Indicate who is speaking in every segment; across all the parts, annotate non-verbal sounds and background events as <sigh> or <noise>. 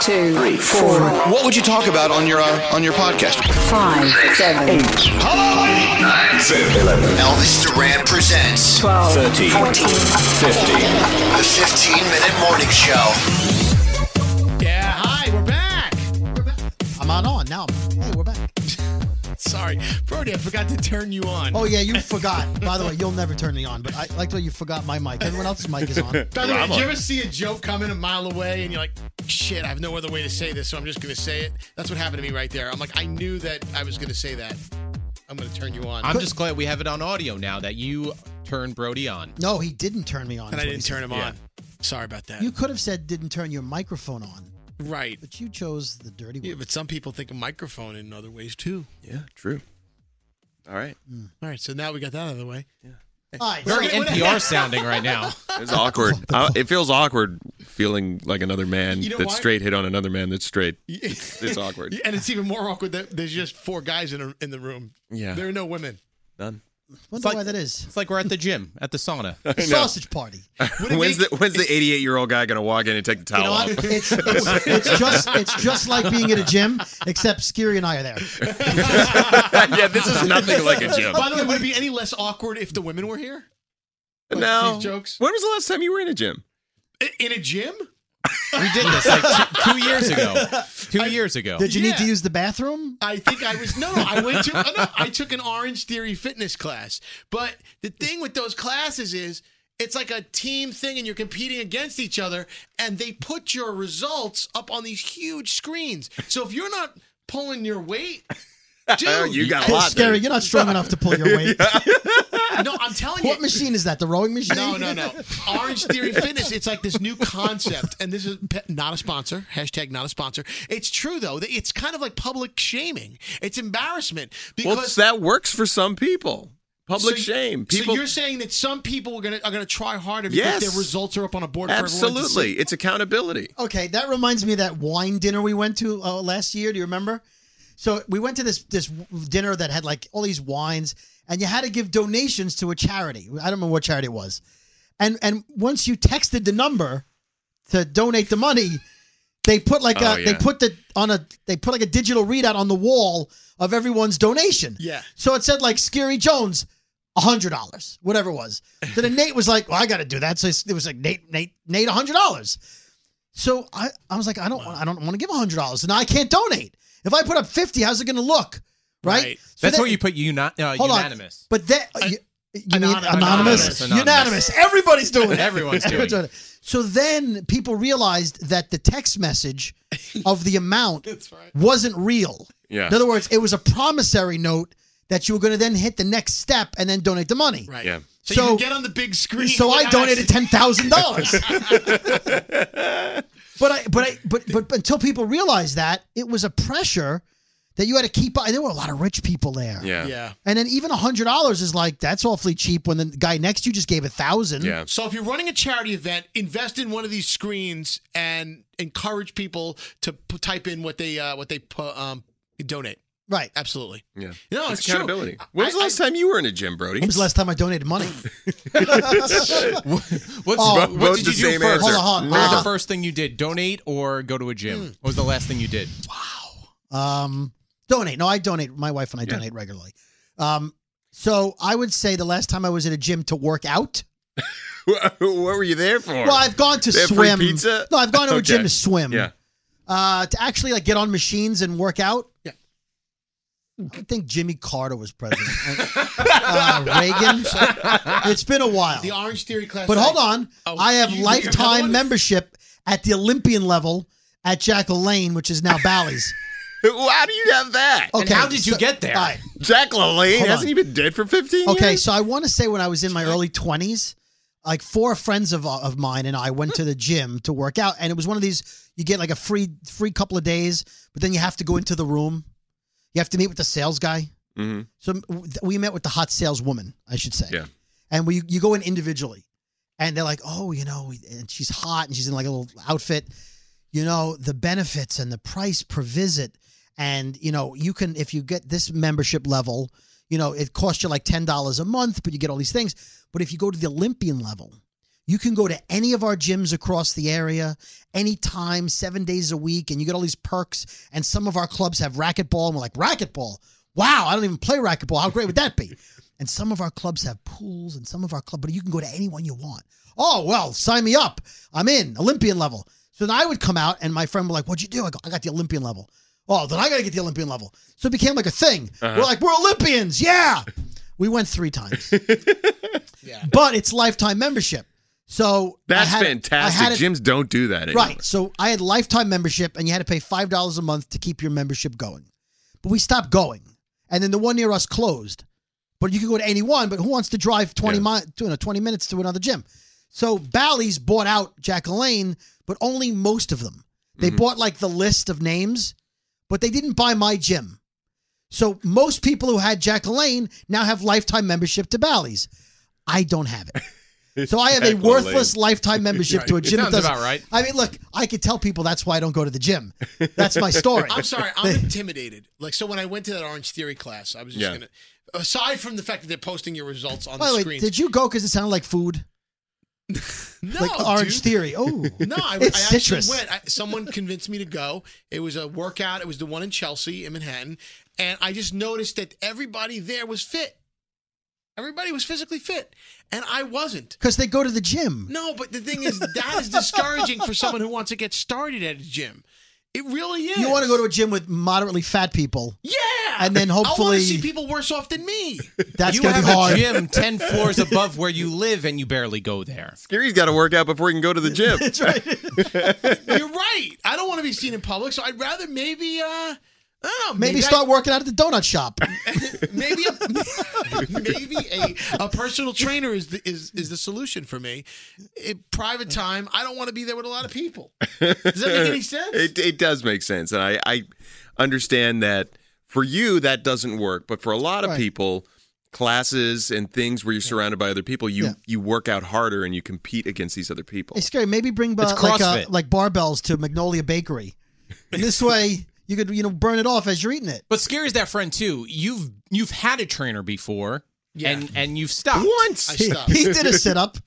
Speaker 1: two, three, four,
Speaker 2: What would you talk about on your uh, on your podcast?
Speaker 1: five, seven, eight,
Speaker 2: Elvis Duran presents
Speaker 1: twelve, fourteen,
Speaker 2: the 15 minute morning show.
Speaker 3: Yeah, hi, we're back. We're back. I'm on on now. Hey, we're
Speaker 4: <laughs>
Speaker 3: back.
Speaker 5: Sorry, Brody, I forgot to turn you on.
Speaker 3: Oh yeah, you forgot. By the way, you'll never turn me on, but I like the way you forgot my mic. Everyone else's mic
Speaker 4: <laughs>
Speaker 3: is on.
Speaker 5: By the way, did you ever see a joke coming a mile away and you're like, shit, I have no other way to say this, so I'm just going to say it? That's what happened to me right there. I'm like, I knew that I was going to say that. I'm going to turn you on.
Speaker 6: I'm just glad we have it on audio now that you turned Brody on.
Speaker 3: No, he didn't turn me on.
Speaker 5: and
Speaker 3: is
Speaker 5: I
Speaker 3: what
Speaker 5: didn't
Speaker 3: he
Speaker 5: turn him
Speaker 6: Yeah.
Speaker 5: on. Sorry about that.
Speaker 3: said. You could have said didn't turn your microphone on,
Speaker 5: right.
Speaker 3: but you chose the dirty
Speaker 5: Yeah,
Speaker 3: word.
Speaker 5: but some people think of microphone in other ways too.
Speaker 6: Yeah, true.
Speaker 4: All right.
Speaker 5: All right, so now we got that out of the way.
Speaker 3: All right,
Speaker 6: Very
Speaker 3: so-
Speaker 6: NPR sounding right
Speaker 4: <laughs>
Speaker 6: now.
Speaker 4: It was
Speaker 6: <laughs>
Speaker 4: awkward. I, it feels awkward feeling like another man
Speaker 5: You know
Speaker 4: that's
Speaker 5: why?
Speaker 4: straight hit on another man that's straight. It's, it's awkward.
Speaker 5: And it's even more awkward that there's just four guys in, a, in the room.
Speaker 4: Yeah.
Speaker 5: There are no women.
Speaker 4: None.
Speaker 3: wonder
Speaker 6: like-
Speaker 3: why that is.
Speaker 6: It's like we're at the gym, at the
Speaker 4: <laughs>
Speaker 6: sauna.
Speaker 3: Sausage party.
Speaker 4: When's the when's the 88 year old guy gonna walk in and take the towel
Speaker 3: You know
Speaker 4: off?
Speaker 3: what?
Speaker 4: <laughs>
Speaker 3: It's, it's, it's just it's just like being at a gym, except Skiri and I are there.
Speaker 4: yeah, this is nothing like a gym.
Speaker 5: By the way, would it be any less awkward if the women were here? <laughs> Like,
Speaker 4: no.
Speaker 5: these jokes.
Speaker 4: When was the last time you were in a gym?
Speaker 5: I- In a gym?
Speaker 6: We did this like two, two years
Speaker 4: <laughs>
Speaker 6: ago. Two years ago.
Speaker 3: Did you need to
Speaker 5: Yeah.
Speaker 3: use the bathroom?
Speaker 5: I think I was no, no. I went
Speaker 6: <laughs>
Speaker 5: to oh, no, I took an Orange Theory fitness class. But the thing with those classes is it's like a team thing, and you're competing against each other, and they put your results up on these huge screens. So if you're not pulling your
Speaker 4: <laughs>
Speaker 5: weight, dude,
Speaker 4: you got a
Speaker 3: Hey,
Speaker 4: lot.
Speaker 3: Skiri,
Speaker 4: dude.
Speaker 3: you're not strong enough to pull
Speaker 4: <laughs>
Speaker 3: your weight.
Speaker 5: no, I'm telling
Speaker 3: What
Speaker 5: you.
Speaker 3: machine is that? The rowing machine?
Speaker 5: No, no,
Speaker 4: <laughs>
Speaker 5: no. Orange Theory Fitness. It's like this new concept, and this is pe- not a sponsor. Hashtag not a sponsor. It's true though. that It's kind of like public shaming. It's embarrassment because
Speaker 4: Well, that works for some people.
Speaker 5: So
Speaker 4: Public
Speaker 5: you-
Speaker 4: shame.
Speaker 5: So
Speaker 4: People
Speaker 5: you're saying that some people are gonna are gonna try harder because
Speaker 4: Yes.
Speaker 5: their results are up on a board. For everyone to see.
Speaker 4: absolutely. It's accountability.
Speaker 3: Okay, that reminds me of that wine dinner we went to uh, last year. Do you remember? So we went to this this dinner that had like all these wines,
Speaker 7: and you had to give donations to a charity. I don't remember what charity it was. And and once you texted the number to donate the money, they put like a
Speaker 8: Oh,
Speaker 7: they
Speaker 8: yeah.
Speaker 7: put the on a they put like a digital readout on the wall of everyone's donation.
Speaker 5: Yeah.
Speaker 7: So it said like Scary Jones, hundred dollars, whatever it was. So then Nate was like, "Well, I got to do that." So it was like Nate, Nate, Nate, hundred dollars. So I, I was like, I don't, I don't want to give hundred dollars, and I can't donate. If I put up fifty, how's it going to look? Right. So
Speaker 6: That's
Speaker 7: then-
Speaker 6: where you put uni- uh,
Speaker 7: Hold on.
Speaker 6: unanimous.
Speaker 7: But that uh, you, you mean anonymous?
Speaker 6: Anonymous.
Speaker 7: Anonymous.
Speaker 6: Anonymous.
Speaker 7: Everybody's doing it.
Speaker 6: <laughs> Everyone's doing it.
Speaker 7: So then people realized that the text message of the amount wasn't real.
Speaker 4: Yeah.
Speaker 7: In other words, it was a promissory note that you were going to then hit the next step and then donate the money.
Speaker 5: Right.
Speaker 4: Yeah.
Speaker 5: So,
Speaker 7: So-
Speaker 5: you can get on the big screen.
Speaker 7: So I
Speaker 5: without
Speaker 7: donated ten
Speaker 5: actually-
Speaker 7: thousand dollars. But I, but I, but, but until people realized that it was a pressure that you had to keep. There were a lot of rich people there.
Speaker 5: Yeah. Yeah.
Speaker 7: And then even hundred dollars is like that's awfully cheap when the guy next to you just gave a thousand.
Speaker 5: So if you're running a charity event, invest in one of these screens and encourage people to p- type in what they uh, what they pu- um, donate.
Speaker 7: Right.
Speaker 5: Absolutely.
Speaker 4: Yeah.
Speaker 5: No, it's true.
Speaker 4: accountability. When was the last time you were in a gym, Brody?
Speaker 7: When was the last time I donated money?
Speaker 6: What's,
Speaker 7: Oh.
Speaker 6: what, did
Speaker 7: Both the
Speaker 6: you do
Speaker 7: same
Speaker 6: first?
Speaker 7: answer. Hold on, hold on.
Speaker 6: What was
Speaker 7: Uh, Hmm.
Speaker 6: the first thing you did? Donate or go to a gym? What was the last thing you did?
Speaker 7: Um, donate. No, I donate. My wife and I
Speaker 6: Yeah.
Speaker 7: donate regularly. Um, so I would say the last time I was at a gym to work out.
Speaker 4: <laughs> what were you there for?
Speaker 7: Well, I've gone to
Speaker 4: They have free
Speaker 7: swim.
Speaker 4: pizza?
Speaker 7: No, I've gone to a gym
Speaker 4: Okay.
Speaker 7: to swim.
Speaker 4: Yeah.
Speaker 7: Uh, to actually like get on machines and work out. Yeah. I think Jimmy Carter was president. uh, Reagan. It's been a while.
Speaker 5: The Orange Theory class.
Speaker 7: But
Speaker 5: I-
Speaker 7: hold on.
Speaker 5: Oh,
Speaker 7: I have
Speaker 5: you- you another
Speaker 7: lifetime
Speaker 5: one?
Speaker 7: membership at the Olympian level at Jackal Lane, which is now
Speaker 4: <laughs>
Speaker 7: Bally's.
Speaker 4: How do you have that?
Speaker 7: Okay, And how did you so- get there? all right.
Speaker 4: Jack LaLanne
Speaker 7: Hold
Speaker 4: hasn't
Speaker 7: on.
Speaker 4: he been dead for 15 years?
Speaker 7: Okay, so I want to say when I was in my early 20s, like four friends of, uh, of mine and I went to the gym to work out and it was one of these you get like a free free couple of days, but then you have to go into the room. You have to meet with the sales guy.
Speaker 4: Mm-hmm.
Speaker 7: So w- we met with the hot saleswoman, I should say.
Speaker 4: Yeah.
Speaker 7: And we you go in individually. And they're like, "Oh, you know, and she's hot and she's in like a little outfit. You know, the benefits and the price per visit and you know, you can if you get this membership level, you know, it costs you like $10 a month, but you get all these things. But if you go to the Olympian level, you can go to any of our gyms across the area anytime, seven days a week, and you get all these perks. And some of our clubs have racquetball, and we're like, racquetball? Wow, I don't even play racquetball. How great would that be? And some of our clubs have pools, and some of our club, but you can go to anyone you want. Oh, well, sign me up. I'm in Olympian level. So then I would come out, and my friend would like, What'd you do? I go, I got the Olympian level. Oh, then I got to get the Olympian level. So it became like a thing.
Speaker 8: Uh-huh.
Speaker 7: We're like, We're Olympians. Yeah. We went three times. But it's lifetime membership. So I
Speaker 4: That's
Speaker 7: had- I
Speaker 4: fantastic.
Speaker 7: had it-
Speaker 4: Gyms don't do that anymore.
Speaker 7: Right. So I had lifetime membership, and you had to pay five dollars a month to keep your membership going. But we stopped going, and then the one near us closed. But you could go to any one. But who wants to drive twenty mi- to, you know, twenty minutes to another gym? So Bally's bought out Jack Lane, but only most of them. They bought like the list of names, but they didn't buy my gym. So most people who had Jack Lane now have lifetime membership to Bally's. I don't have it. So I have a
Speaker 6: Jack
Speaker 7: worthless
Speaker 6: LaLanne.
Speaker 7: lifetime membership
Speaker 6: Right. <laughs>
Speaker 7: to a gym. that
Speaker 6: Sounds
Speaker 7: doesn't-
Speaker 6: about right.
Speaker 7: I mean, look, I could tell people that's why I don't go to the gym. That's
Speaker 6: <laughs>
Speaker 7: my story.
Speaker 5: I'm sorry, I'm
Speaker 7: <laughs>
Speaker 5: intimidated. Like so, when I went to that Orange Theory class, I was just
Speaker 7: Yeah.
Speaker 5: gonna. Aside from the fact that they're posting your results on
Speaker 7: By the
Speaker 5: the
Speaker 7: way,
Speaker 5: screen,
Speaker 7: did you go because it sounded like food?
Speaker 5: No,
Speaker 7: like Orange
Speaker 5: dude.
Speaker 7: Theory. Oh,
Speaker 5: <laughs> No, I,
Speaker 7: it's
Speaker 5: I
Speaker 7: citrus.
Speaker 5: actually went. I, someone convinced me to go. It was a workout. It was the one in Chelsea in Manhattan, and I just noticed that everybody there was fit. Everybody was physically fit, and I wasn't.
Speaker 7: Because they go to the gym.
Speaker 5: No, but the thing is, that is discouraging for someone who wants to get started at a gym. It really is.
Speaker 7: You want to go to a gym with moderately fat people.
Speaker 5: Yeah,
Speaker 7: and then
Speaker 5: I want
Speaker 7: hopefully
Speaker 5: to see people worse off than
Speaker 7: <laughs>
Speaker 5: me.
Speaker 7: that's
Speaker 6: you
Speaker 7: gonna be
Speaker 6: have
Speaker 7: hard.
Speaker 6: a gym ten floors above where you live, and you barely go there.
Speaker 4: Scary's got to work out before he can go to the gym.
Speaker 7: <laughs> That's right.
Speaker 5: You're right. I don't want to be seen in public, so I'd rather maybe uh, I don't know.
Speaker 7: Maybe,
Speaker 5: I-
Speaker 7: start working out at the donut shop.
Speaker 5: maybe a, <laughs> maybe a, a personal trainer is the, is is the solution for me. In private time, I don't want to be there with a lot of people.
Speaker 4: Does
Speaker 5: that make
Speaker 6: <laughs>
Speaker 5: any sense?
Speaker 4: It, it does make sense, and I, I understand that for you that doesn't work, but for a lot of
Speaker 7: Right.
Speaker 4: people, classes and things where you're surrounded by other people, you
Speaker 7: Yeah.
Speaker 4: you work out harder and you compete against these other people.
Speaker 7: Hey, scary. Maybe bring
Speaker 4: It's
Speaker 7: uh, like uh,
Speaker 4: CrossFit.
Speaker 7: like barbells to Magnolia Bakery. And this way, you could you know burn it off as you're eating it.
Speaker 6: But Scary's that friend too. You've you've had a trainer before. and and you've stopped
Speaker 7: Once. I stopped. <laughs> He did a sit-up.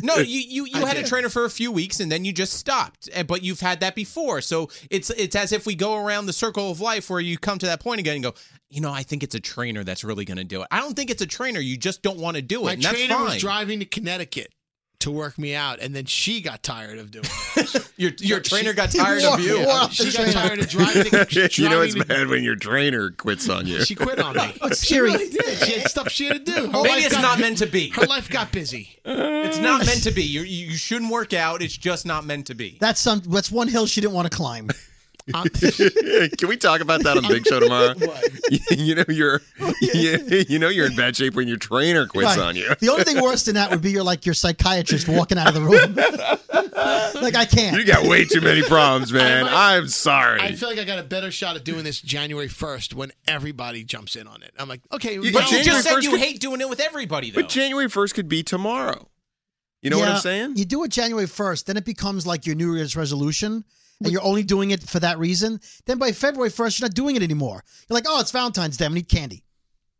Speaker 6: no, you you, you
Speaker 7: I
Speaker 6: had a
Speaker 7: did.
Speaker 6: trainer for a few weeks and then you just stopped. Eh, But you've had that before, so it's it's as if we go around the circle of life where you come to that point again and go. You know, I think it's a trainer that's really going to do it. I don't think it's a trainer. You just don't want to do it.
Speaker 5: My
Speaker 6: and that's
Speaker 5: trainer
Speaker 6: fine.
Speaker 5: was driving to Connecticut to work me out, and then she got tired of doing it.
Speaker 6: <laughs> your your
Speaker 5: She-
Speaker 6: trainer got
Speaker 5: she-
Speaker 6: tired of you.
Speaker 5: Yeah, she got tired of driving.
Speaker 6: <laughs>
Speaker 4: you know it's
Speaker 5: driving-
Speaker 4: bad when your trainer quits on you.
Speaker 5: She quit on
Speaker 7: <laughs>
Speaker 5: me.
Speaker 7: Oh,
Speaker 5: she
Speaker 6: Siri.
Speaker 5: really did. She had stuff she had to do. Her
Speaker 6: Maybe
Speaker 5: life
Speaker 6: it's
Speaker 5: got-
Speaker 6: not meant to be.
Speaker 5: Her life got busy.
Speaker 6: It's not meant to be. You you shouldn't work out. It's just not meant to be.
Speaker 7: That's some. That's one hill she didn't want to
Speaker 6: <laughs>
Speaker 7: climb.
Speaker 4: <laughs> Can we talk about that on Big Show
Speaker 7: <laughs>
Speaker 4: tomorrow? <laughs> you know you're <laughs> you, you know you're in bad shape when your trainer quits
Speaker 7: Oh, Right.
Speaker 4: on you.
Speaker 7: The only thing worse than that would be you're like your psychiatrist walking out of the room. <laughs> like I can't.
Speaker 4: <laughs> You got way too many
Speaker 7: <laughs>
Speaker 4: problems, man. I'm
Speaker 5: I
Speaker 4: sorry.
Speaker 5: feel like I got a better shot at doing this January 1st when everybody jumps in on it. I'm like, okay,
Speaker 4: You-
Speaker 5: now-
Speaker 6: But you just said you hate doing it with everybody, though.
Speaker 4: But January 1st could be tomorrow. You know what
Speaker 7: Yeah,
Speaker 4: I'm saying?
Speaker 7: You do it January first, then it becomes like your New Year's resolution, and you're only doing it for that reason. Then by February first, you're not doing it anymore. You're like, oh, it's Valentine's Day, I'm gonna eat candy.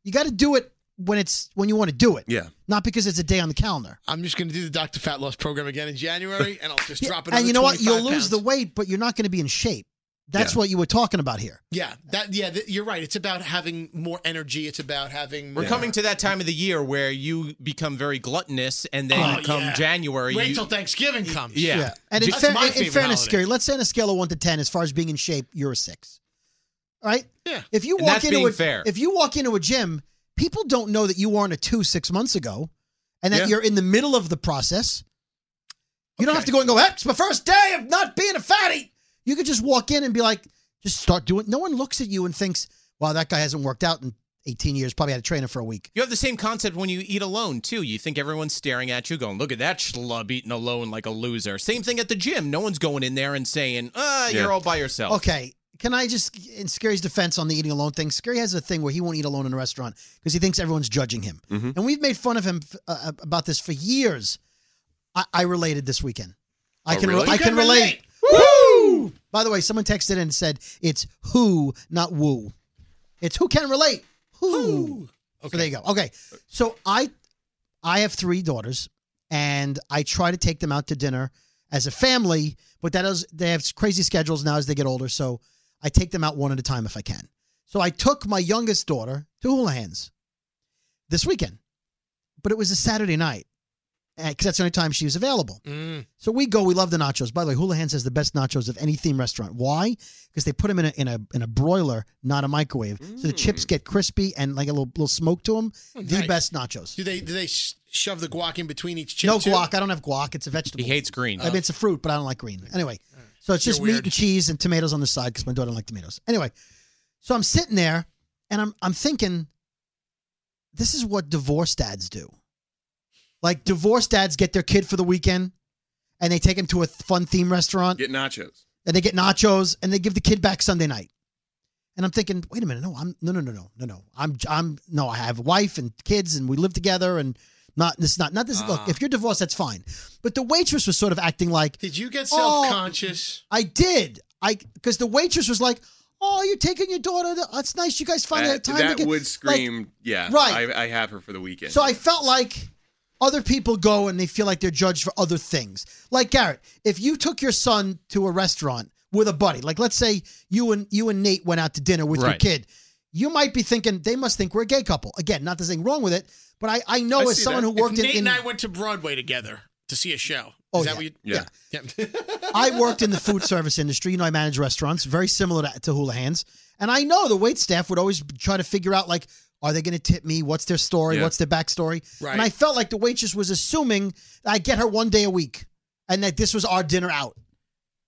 Speaker 7: You got to do it when it's when you want to do it.
Speaker 4: Yeah.
Speaker 7: Not because it's a day on the calendar.
Speaker 5: I'm just going to do the Dr. Fat Loss program again in
Speaker 6: <laughs>
Speaker 5: January, and I'll just drop it.
Speaker 7: and you know what? You'll lose the weight, but you're not going to be in shape. That's
Speaker 5: Yeah.
Speaker 7: what you were talking about here.
Speaker 5: Yeah, that. Yeah, th- you're right. It's about having more energy. It's about having.
Speaker 6: We're
Speaker 5: more-
Speaker 6: coming to that time of the year where you become very gluttonous, and then
Speaker 5: Oh,
Speaker 6: come
Speaker 5: yeah.
Speaker 6: January,
Speaker 5: Wait
Speaker 6: you-
Speaker 5: till Thanksgiving comes.
Speaker 6: Yeah.
Speaker 7: And in,
Speaker 5: That's
Speaker 7: fair-
Speaker 5: my
Speaker 7: in- in
Speaker 5: favorite
Speaker 7: fairness,
Speaker 5: holiday.
Speaker 7: Gary, let's say on a scale of one to ten, as far as being in shape, you're a six. All right?
Speaker 5: Yeah.
Speaker 7: If you
Speaker 6: And
Speaker 7: walk
Speaker 6: that's
Speaker 7: into
Speaker 6: being
Speaker 7: a,
Speaker 6: fair.
Speaker 7: if you walk into a gym, people don't know that you weren't a two six months ago, and that
Speaker 6: Yeah.
Speaker 7: you're in the middle of the process. You don't have to go and go. That's my first day of not being a fatty. You could just walk in and be like, just start doing. No one looks at you and thinks, "Wow, that guy hasn't worked out in 18 years. Probably had a trainer for a week."
Speaker 6: You have the same concept when you eat alone too. You think everyone's staring at you, going, "Look at that schlub eating alone like a loser." Same thing at the gym. No one's going in there and saying, "Uh,
Speaker 7: Yeah.
Speaker 6: you're all by yourself."
Speaker 7: Okay. Can I just, in Scary's defense on the eating alone thing, Scary has a thing where he won't eat alone in a restaurant because he thinks everyone's judging him.
Speaker 6: Hmm.
Speaker 7: And we've made fun of him f- uh, about this for years. I, I related this weekend. I
Speaker 8: Oh,
Speaker 7: can, re-
Speaker 8: really?
Speaker 7: I
Speaker 8: You
Speaker 7: can
Speaker 8: can
Speaker 7: relate.
Speaker 8: relate.
Speaker 7: Woo! By the way, someone texted in and said it's who, not woo. It's who can relate. Who? So there you go. Okay. So I, I have three daughters, and I try to take them out to dinner as a family, but that is they have crazy schedules now as they get older. So I take them out one at a time if I can. So I took my youngest daughter to Houlihan's this weekend, but it was a Saturday night because that's the only time she was available. So we go. We love the nachos. By the way, Houlihan's has the best nachos of any theme restaurant. Why? Because they put them in a in a in a broiler, not a microwave. So the chips get crispy and like a little little smoke to them. The
Speaker 5: nice.
Speaker 7: best nachos.
Speaker 5: Do they do they sh- shove the guac in between each chip?
Speaker 7: No
Speaker 5: too?
Speaker 7: guac. I don't have guac. It's a vegetable.
Speaker 6: He hates green.
Speaker 7: I mean, it's a fruit, but I don't like green. Anyway, so it's
Speaker 5: You're
Speaker 7: just meat
Speaker 5: weird.
Speaker 7: and cheese and tomatoes on the side because my daughter doesn't like tomatoes. Anyway, so I'm sitting there and I'm I'm thinking, this is what divorced dads do. Like divorced dads get their kid for the weekend, and they take him to a fun theme restaurant
Speaker 4: Get nachos.
Speaker 7: and they get nachos and they give the kid back Sunday night. And I'm thinking, wait a minute, no, I'm no, no, no, no, no, no. I'm I'm no, I have a wife and kids and we live together and not this is not not this.
Speaker 5: Ah.
Speaker 7: Look, if you're divorced, that's fine. But the waitress was sort of acting like,
Speaker 5: Did you get
Speaker 7: "Oh,
Speaker 5: self conscious?
Speaker 7: I did. I because the waitress was like, oh, you're taking your daughter. To, that's nice. You guys finally had
Speaker 4: That,
Speaker 7: time.
Speaker 4: that
Speaker 7: to get,
Speaker 4: would
Speaker 7: like,
Speaker 4: scream, yeah.
Speaker 7: right.
Speaker 4: I, I have her for the weekend.
Speaker 7: so I felt like other people go and they feel like they're judged for other things. Like Garrett, if you took your son to a restaurant with a buddy, like let's say you and you and Nate went out to dinner with your
Speaker 6: Right.
Speaker 7: kid, you might be thinking they must think we're a gay couple. Again, not there's anything wrong with it, but I, I know
Speaker 5: I
Speaker 7: as
Speaker 5: see
Speaker 7: someone
Speaker 5: that.
Speaker 7: who worked
Speaker 5: if
Speaker 7: in,
Speaker 5: Nate
Speaker 7: in
Speaker 5: and I went to Broadway together to see a show. Is
Speaker 7: Oh,
Speaker 5: that
Speaker 7: yeah.
Speaker 5: what you,
Speaker 7: Yeah. <laughs>
Speaker 5: yeah.
Speaker 7: I worked in the food service industry. You know, I managed restaurants, very similar to, to Houlihan's. And I know Oh, the wait staff would always try to figure out, like, are they going to tip me? What's their story?
Speaker 8: Yeah.
Speaker 7: What's their backstory?
Speaker 8: Right.
Speaker 7: And I felt like the waitress was assuming I get her one day a week and that this was our dinner out.